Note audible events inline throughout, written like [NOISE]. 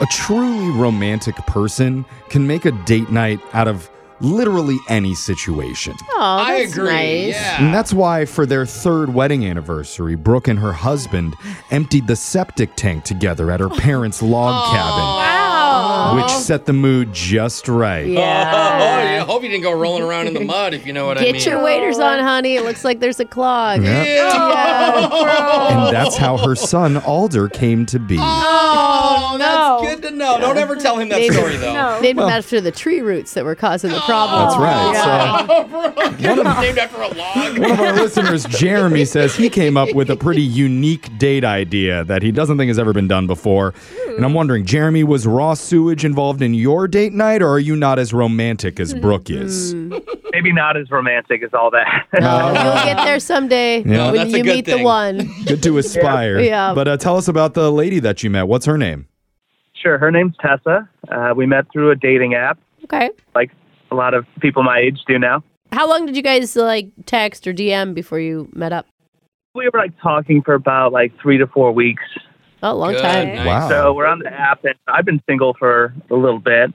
A truly romantic person can make a date night out of literally any situation. Oh, I that's agree. nice. Yeah. And that's why, for their third wedding anniversary, Brooke and her husband emptied the septic tank together at her parents' log cabin, Wow. which set the mood just right. Oh, Oh. Yeah. yeah. Hope you didn't go rolling around in the mud, if you know what I Get mean. [LAUGHS] Oh, your waders on, honey. It looks like there's a clog. Yeah. Yeah, gross. And that's how her son, Alder, came to be. Oh, no. that's good to know. Don't ever tell him that Maybe- story, though. No. Named after the tree roots that were causing the problem. That's right. So. [LAUGHS] Oh, bro. Get him named after a log. One of our listeners, Jeremy, says he came up with a pretty unique date idea that he doesn't think has ever been done before. And Hmm. I'm wondering, Jeremy, was raw sewage involved in your date night, or are you not as romantic as Hmm. Brooke is? Maybe not as romantic as all that. [LAUGHS] You'll get there someday No, when that's a you good meet the thing. one. Good [LAUGHS] to aspire. Yeah. But uh, tell us about the lady that you met. What's her name? [LAUGHS] sure, her name's Tessa. Uh, we met through a dating app, Okay. like a lot of people my age do now. How long did you guys like text or DM before you met up? We were like talking for about like three to four weeks. Oh, a long Good time. night. Wow. So we're on the app, and I've been single for a little bit,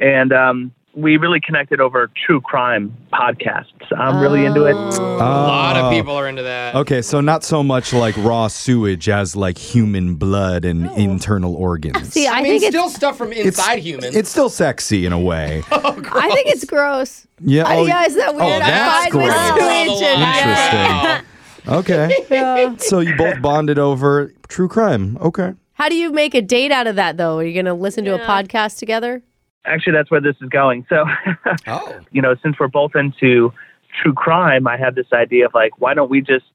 and um, we really connected over true crime podcasts. I'm really into it. Oh. A lot of people are into that. Okay, so not so much like raw sewage as like human blood and internal organs. See, I, I, mean, think it's, still stuff from inside humans. [LAUGHS] It's still sexy in a [LAUGHS] way. I think it's gross. Yeah. Oh, oh, yeah, is that weird? Oh, that's I'm fine with gross. sewage and Interesting. [LAUGHS] Okay. So you both bonded over true crime. Okay. How do you make a date out of that though? Are you going to listen to a Yeah. podcast together? Actually, that's where this is going. So, [LAUGHS] Oh. you know, since we're both into true crime, I had this idea of like, why don't we just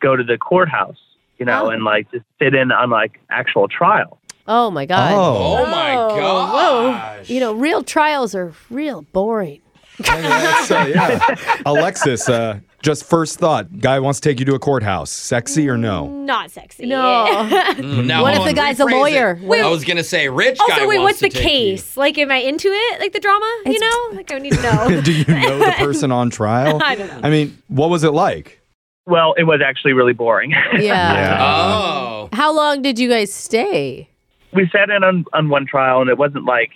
go to the courthouse, you know, and like just sit in on like actual trial? Oh my god. Oh. [LAUGHS] Oh, my Oh, gosh. You know, real trials are real boring. That's, uh, yeah. Alexis, uh, just first thought. Guy wants to take you to a courthouse. Sexy or no? [LAUGHS] Not sexy. [LAUGHS] No. Hmm. Mm, [LAUGHS] now, What if hold the on, guy's a rephrase lawyer? it. Wait. I was gonna say, rich guy. Also, wait, wants what's to take the you. case? Like, am I into it? Like the drama? you know? Like, I need [LAUGHS] to know. Do you know the person on trial? [LAUGHS] I don't know. I mean, what was it like? Well, it was actually really boring. [LAUGHS] yeah. Oh. How long did you guys stay? we sat in on, on one trial, and it wasn't like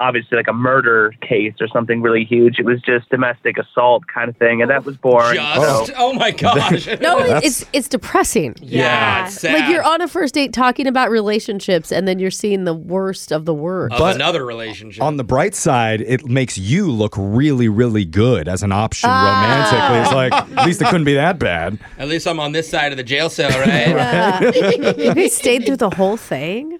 obviously like a murder case or something really huge. It was just domestic assault kind of thing, and that was Uh, boring. Just. So, Oh, my gosh. [LAUGHS] No, it's it's depressing. Yeah. It's sad. Like you're on a first date talking about relationships and then you're seeing the worst of the worst. of But- another relationship. On the bright side, it makes you look really, really good as an option Ah. romantically. It's like, at least it couldn't be that bad. At least I'm on this side of the jail cell, [LAUGHS] right? you guys stayed through the whole thing?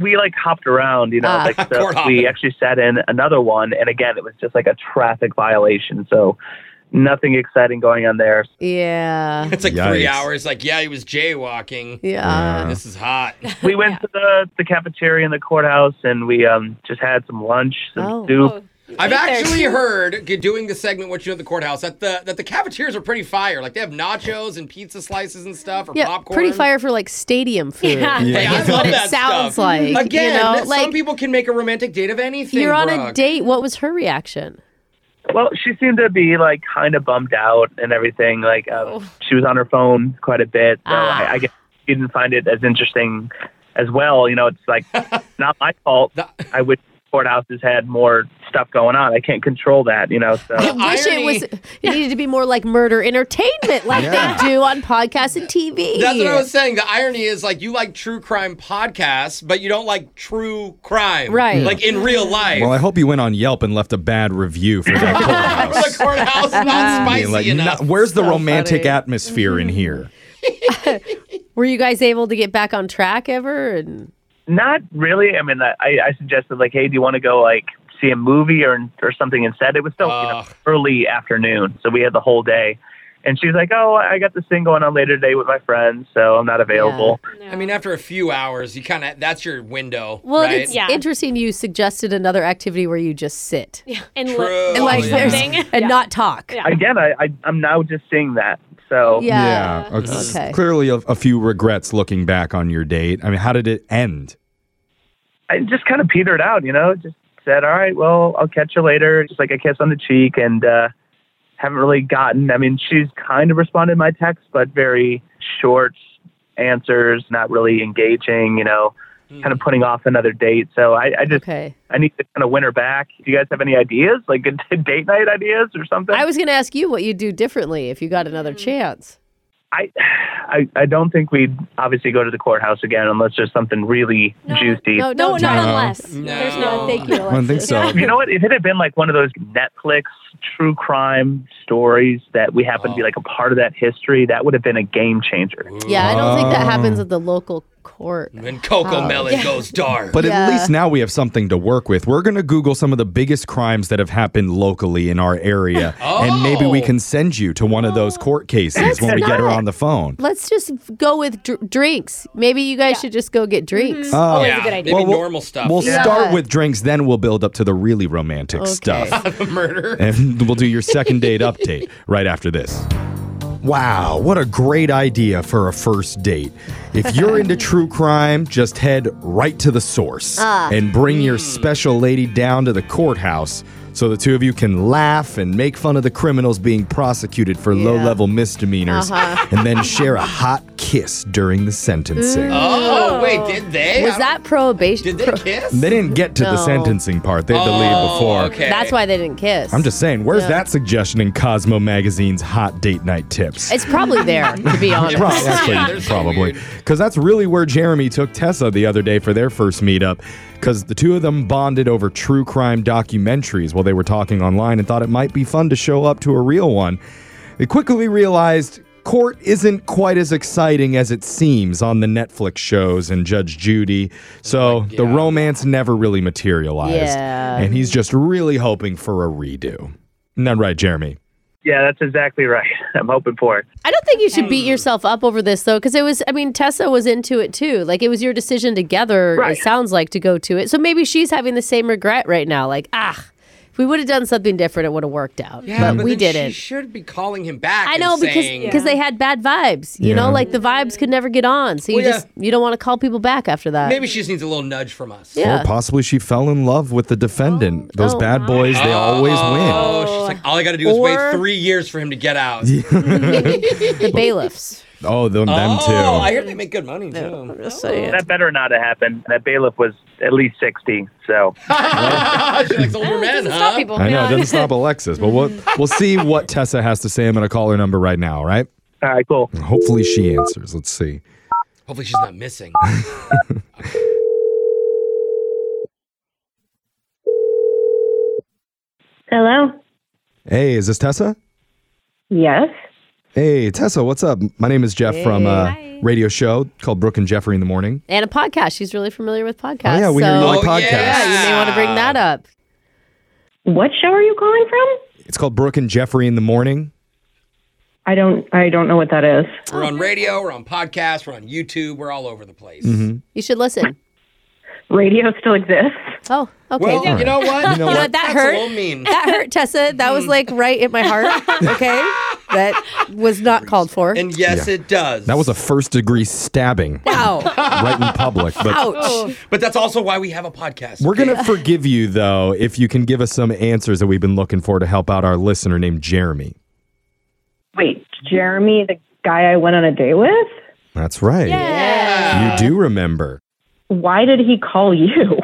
we like hopped around, you know. Ah. like so Court hopping. we actually sat in another one, and again, it was just like a traffic violation. So nothing exciting going on there. [LAUGHS] Yeah. It's like Yikes. Uh-huh. three hours. Like, yeah, he was jaywalking. Yeah. This [LAUGHS] is hot. We went to the, the cafeteria in the courthouse, and we um, just had some lunch, some Oh. soup. Oh, you I've think [LAUGHS] they're- actually heard g- doing the segment "What You Know at the Courthouse" that the that the cafeterias are pretty fire. Like they have nachos and pizza slices and stuff, or Yeah. popcorn. Pretty fire for like stadium food. [LAUGHS] Yeah. Yeah. Hey, I That's love what it that sounds stuff. like. Again, you know, some like people can make a romantic date of anything. you're on a Brooke. date. What was her reaction? Well, she seemed to be like kind of bummed out and everything. Like um, she was on her phone quite a bit, so Ah. I, I guess she didn't find it as interesting as well. You know, it's like not my fault. The- I wish courthouses had more stuff going on. I can't control that. You know, so I wish it irony- was. It needed to be more like murder entertainment, like Yeah. they do on podcasts and TV. That's what I was saying. The irony is, like, you like true crime podcasts, but you don't like true crime, Right. Like in real life. Well, I hope you went on Yelp and left a bad review for [LAUGHS] that Or [LAUGHS] the courthouse. courthouse [LAUGHS] not I spicy mean, like, enough. not- where's the So romantic funny. atmosphere in Mm-hmm. here? Were you guys able to get back on track ever? And not really. I mean, I, I suggested like, hey, do you want to go like see a movie or or something instead? It was still you know, Ugh. early afternoon, so we had the whole day. And she's like, oh, I got this thing going on later today with my friends, so I'm not available. I mean, after a few hours, you kind of that's your window. well, right? it's Yeah. interesting. You suggested another activity where you just sit and True. look, and like yeah. there's Oh, something. and not talk. Yeah. Again, I, I I'm now just seeing that. So Yeah. Yeah. It's Okay. Clearly, a, a few regrets looking back on your date. I mean, how did it end? I just kind of petered out, you know, just said, all right, well, I'll catch you later. Just like a kiss on the cheek and uh, haven't really gotten. I mean, she's kind of responded to my text, but very short answers, not really engaging, you know. kind of putting off another date. So I, I just Okay. I need to kind of win her back. Do you guys have any ideas, like [LAUGHS] good date night ideas or something? I was going to ask you what you'd do differently if you got another chance. I, [SIGHS] I I don't think we'd obviously go to the courthouse again unless there's something really juicy. No, No, don't not tell me. unless. No. There's no. Thank you. I don't think [LAUGHS] so. You know what? If it had been like one of those Netflix true crime stories that we happen to be like a part of that history, that would have been a game changer. Yeah, I don't think that Oh. happens at the local court. When Coco Oh. Melon goes dark. But at Yeah. least now we have something to work with. We're going to Google some of the biggest crimes that have happened locally in our area. And maybe we [LAUGHS] Oh. can send you to one of Oh. those court cases when we get her not- on the phone. Let's just f- go with dr- drinks. Maybe you guys should just go get drinks. Oh, Always Yeah, a good idea. Maybe Well, we'll- normal stuff. We'll Yeah. start with drinks, then we'll build up to the really romantic Okay. stuff. the murder. [LAUGHS] And [LAUGHS] we'll do your second date update right after this. Wow, what a great idea for a first date. If you're [LAUGHS] into true crime, just head right to the source Ah. and bring Hmm. your special lady down to the courthouse so the two of you can laugh and make fun of the criminals being prosecuted for low level misdemeanors Uh-huh. and then share a hot kiss during the sentencing. Oh, wait, did they? Was I don't- that prohibition? [LAUGHS] Did they pro- kiss? They didn't get to the No. sentencing part, they had to leave Oh, before. okay. That's why they didn't kiss. I'm just saying, where's that suggestion in Cosmo Magazine's hot date night tips? It's probably there, to [LAUGHS] be honest. Probably, Yeah, they're so probably, weird. because that's really where Jeremy took Tessa the other day for their first meetup. Because the two of them bonded over true crime documentaries while they were talking online and thought it might be fun to show up to a real one. They quickly realized court isn't quite as exciting as it seems on the Netflix shows and Judge Judy. So the romance never really materialized. Yeah. And he's just really hoping for a redo. Isn't that right, Jeremy? Yeah, that's exactly right. [LAUGHS] I'm hoping for it. I don't think you should beat yourself up over this though, because it was. I mean, Tessa was into it too. Like it was your decision together. Right. It sounds like to go to it. So maybe she's having the same regret right now. Like ah, if we would have done something different, it would have worked out. Yeah, but, we then didn't. She should be calling him back. I know and because saying, because they had bad vibes. You Yeah. know, like the vibes could never get on. So you Well, yeah. just you don't want to call people back after that. maybe she just needs a little nudge from us. Yeah. Or possibly she fell in love with the defendant. Those oh bad boys, they always win. Oh, she's like, all I got to do is Or- wait three years for him to get out. the bailiffs. Oh, them, them too. Oh, I hear they make good money too. [LAUGHS] Just saying. That better not have happened. That bailiff was at least 60. So she likes Oh, older men, Doesn't huh? stop people. I know, it Yeah. doesn't stop Alexis, but we'll, we'll see what Tessa has to say. I'm going to call her number right now, all right? all right, cool. Hopefully she answers. Let's see. Hopefully, she's [LAUGHS] not missing. Hello. Hey, is this Tessa? Yes. Hey, Tessa, what's up? My name is Jeff from a radio show called Brooke and Jeffrey in the Morning. And a podcast. She's really familiar with podcasts. Oh, yeah, we hear so you like Oh, podcasts. yeah. yeah, you may want to bring that up. What show are you calling from? It's called Brooke and Jeffrey in the Morning. I don't I don't know what that is. we're Mm-hmm. on radio, we're on podcast, we're on YouTube, we're all over the place. Mm-hmm. You should listen. Radio still exists. Oh, okay. Well, you [LAUGHS] know what? You know what? That That's hurt. a little mean. uh, that hurt, Tessa. That was like right in my [LAUGHS] heart. Okay, that was not called for. And yes, it does. That was a first degree stabbing [LAUGHS] Wow. right in public. But Ouch. But that's also why we have a podcast. We're going to forgive you, though, if you can give us some answers that we've been looking for to help out our listener named Jeremy. Wait, Jeremy, the guy I went on a date with? That's right. You do remember. Why did he call you?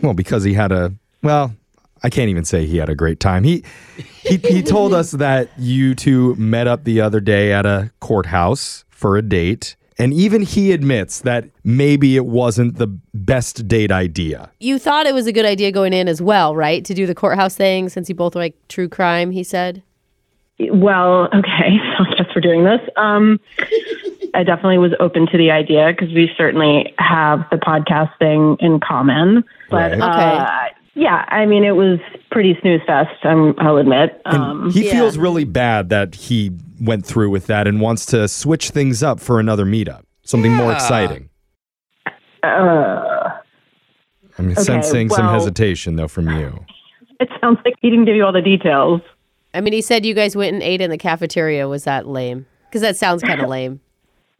Well, because he had a, well, I can't even say he had a great time. He, he, he told us that you two met up the other day at a courthouse for a date. And even he admits that maybe it wasn't the best date idea. You thought it was a good idea going in as well, right? To do the courthouse thing since you both like true crime, he said. Well, okay, [LAUGHS] so I guess we're doing this. Um I definitely was open to the idea because we certainly have the podcast thing in common. But Right. uh, yeah, I mean it was pretty snooze fest, i I'll admit. Um, He feels really bad that he went through with that and wants to switch things up for another meetup, something more exciting. uh, I'm sensing some well- hesitation though from you. it sounds like he didn't give you all the details. I mean, he said you guys went and ate in the cafeteria. Was that lame? Because that sounds kind of lame.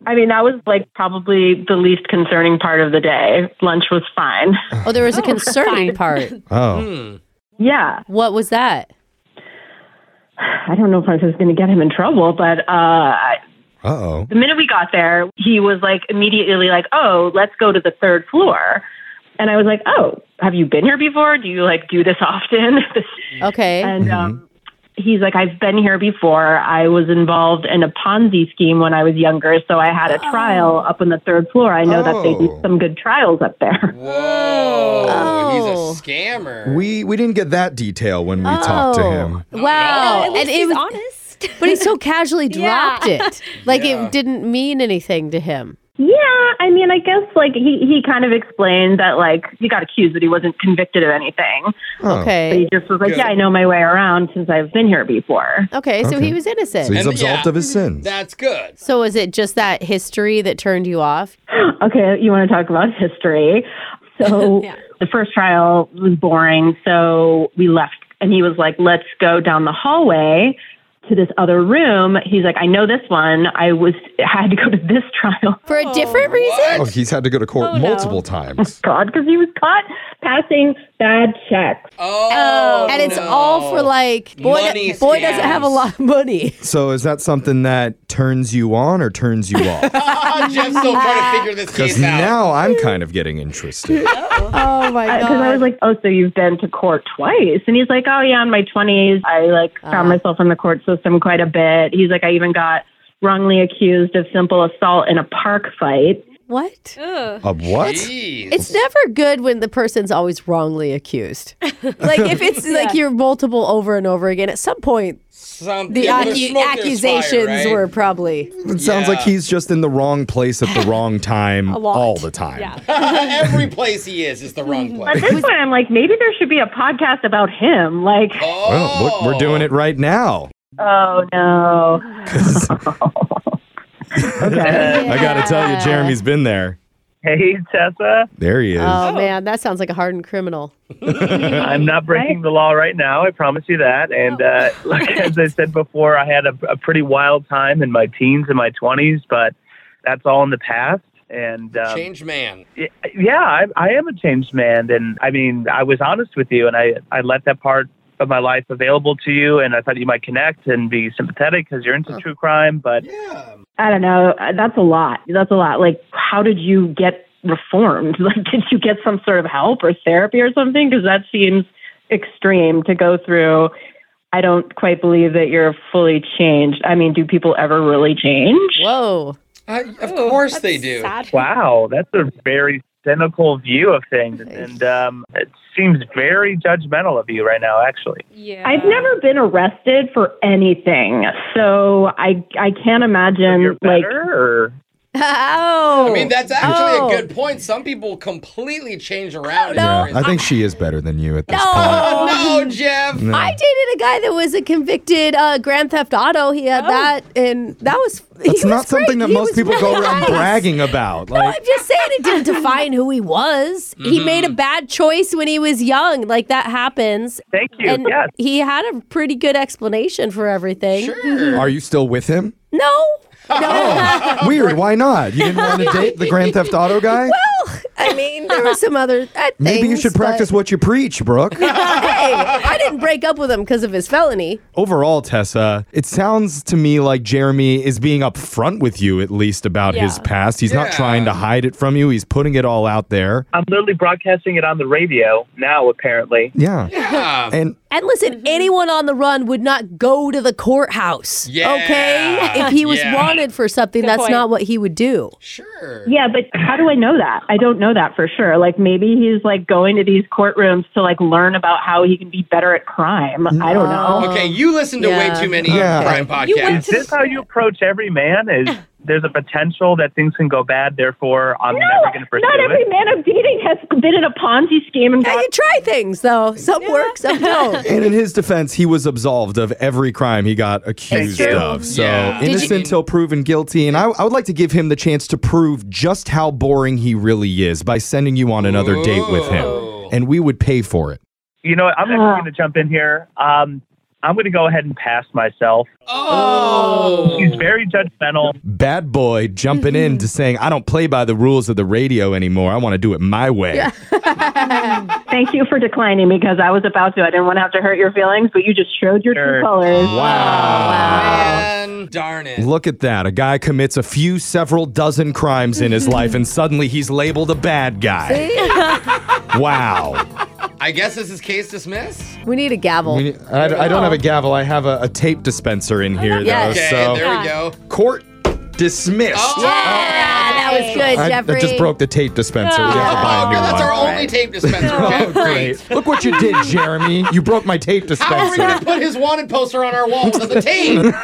I mean, that was like probably the least concerning part of the day. Lunch was fine. Oh, there [LAUGHS] was a concerning part. Hmm. Oh, [LAUGHS] Yeah. What was that? I don't know if I was going to get him in trouble, but Uh uh, oh. The minute we got there, he was like immediately like, "Oh, let's go to the third floor." And I was like, "Oh, have you been here before? Do you like do this often?" [LAUGHS] Okay. and um, he's like, "I've been here before. I was involved in a Ponzi scheme when I was younger, so I had a trial up on the third floor. I know that they Oh. do some good trials up there." Whoa. Oh. He's a scammer. We we didn't get that detail when we talked Oh, to him. Wow. At least and it he's was, honest. but he so casually [LAUGHS] Yeah. dropped it. Like Yeah. it didn't mean anything to him. Yeah, I mean, I guess like he he kind of explained that like he got accused that he wasn't convicted of anything. Oh. But he Okay. just was like, Good. "Yeah, I know my way around since I've been here before." [GASPS] Okay. So Okay. he was innocent. So he's And- absolved yeah. of his sins. [LAUGHS] That's good. so is it just that history that turned you off? Okay, you want to talk about history? So Yeah. the first trial was boring, so we left, and he was like, "Let's go down the hallway." To this other room, he's like, I know this one. I was [LAUGHS] had to go to this [LAUGHS] trial. For a different reason? oh, he's had to go to court multiple times. God, because he was caught passing bad checks. Oh. [LAUGHS] and it's no. all for like boy, Money boy doesn't scams. have a lot of money. So is that something that turns you on or turns you [LAUGHS] off? Jeff's still trying to figure this Because case out. now I'm kind of getting interested. Oh my god. Because I was like, oh, so you've been to court twice? And he's like, oh yeah, in my twenties, I like found myself in the court system quite a bit. He's like, I even got wrongly accused of simple assault in a park fight. [LAUGHS] what? Ugh. A what? Jeez. It's never good when the person's always wrongly accused. [LAUGHS] like if it's like you're multiple over and over again, at some point Something. the Well, there's acu- smoke, there's accusations fire, right? were [LAUGHS] probably It sounds like Yeah. he's just in the wrong place at the wrong time lot. all the time. Yeah. [LAUGHS] Every place he is is [LAUGHS] the wrong At place. this point, I'm like, maybe there should be a podcast about him. Like, Oh, Well, look, we're doing it right now. [LAUGHS] oh no, I got to tell you, Jeremy's been there. [LAUGHS] Hey, Tessa, There he is. Oh, man, that sounds like a hardened criminal. I'm not breaking the law right now. I promise you that. And [LAUGHS] uh, like as I said before, I had a, a pretty wild time in my teens and my 20s, but that's all in the past. And um, Oh, Change man. yeah, I, I am a changed man, and I mean, I was honest with you, and I I let that part of my life available to you, and I thought you might connect and be sympathetic because you're into true crime. But [LAUGHS] I don't know. Uh, That's a lot. That's a lot. Like, how did you get reformed? [LAUGHS] Like, did you get some sort of help or therapy or something? Because that seems extreme to go through. I don't quite believe that you're fully changed. I mean, do people ever really change? Whoa. [LAUGHS] Uh, of course they do. Sad. wow, that's a very cynical view of things, and um, it seems very judgmental of you right now, actually. Yeah. I've never been arrested for anything, so I I can't imagine You're like better, or oh. I mean, that's actually Oh. a good point. Some people completely change around. yeah, in I prison. think she is better than you at this point. Oh, no, Jeff. I dated a guy that was a convicted uh, Grand Theft Auto. He Oh. had that, and that was. he That's was not something great. that He most was people go really around nice. bragging about. No, Like, [LAUGHS] I'm just saying it didn't define who he was. He Mm-hmm. made a bad choice when he was young. Like that happens. thank you. And yes, he had a pretty good explanation for everything. Sure. are you still with [LAUGHS] him? [LAUGHS] No. Oh. No. [LAUGHS] Weird. Why not? You didn't want to date the Grand Theft Auto guy? I mean, there were some other uh, things. Maybe you should but- practice what you preach, [LAUGHS] Brooke. hey, I didn't break up with him because of his felony. Overall, Tessa, it sounds to me like Jeremy is being upfront with you, at least about his Yeah. past. He's not Yeah. trying to hide it from you, he's putting it all out there. I'm literally broadcasting it on the radio now, apparently. Yeah. Yeah. And And listen, Mm-hmm. anyone on the run would not go to the courthouse. Yeah. Okay? If he was Yeah. wanted for something, that's point. not what he would do. Sure. Yeah, but how do I know that? I don't know that for sure. Like maybe he's like going to these courtrooms to like learn about how he can be better at crime. I don't know. Okay, you listen to Yeah. way too many Yeah. crime podcasts. You went Is this how you approach every man? [LAUGHS] Is there's a potential that things can go bad, therefore I'm never going to pursue Not it? every man I'm dating has been in a Ponzi scheme and Now got you try things, though. Some work, some [LAUGHS] don't. and in his defense, he was absolved of every crime he got accused That's true. of. So Yeah. Did you- innocent till proven guilty. And I, I would like to give him the chance to prove just how boring he really is by sending you on another date with him. Ooh. And we would pay for it. You know what? I'm actually Ah. going to jump in here. Um, I'm going to go ahead and pass myself. Oh. She's very judgmental. Bad boy jumping Mm-hmm. in to saying, I don't play by the rules of the radio anymore. I want to do it my way. Thank you for declining because I was about to. I didn't want to have to hurt your feelings, but you just showed your Sure. true colors. Man, darn it. Oh. Look at that. A guy commits a few, several dozen crimes in [LAUGHS] his life, and suddenly he's labeled a bad guy. [LAUGHS] Wow. I guess this is case dismissed. we need a gavel. I, I don't have a gavel. I have a, a tape dispenser in here, though. Yes. Okay, So, there we go. court dismissed. Oh, Ah, that was good, I, I Jeffrey. just broke the tape dispenser. We have to buy a Oh, new no, that's our one. Oh, only tape dispenser. [LAUGHS] Okay, [LAUGHS] great. Look what you did, Jeremy. You broke my tape How are we dispenser. gonna put his wanted poster on our wall without the tape?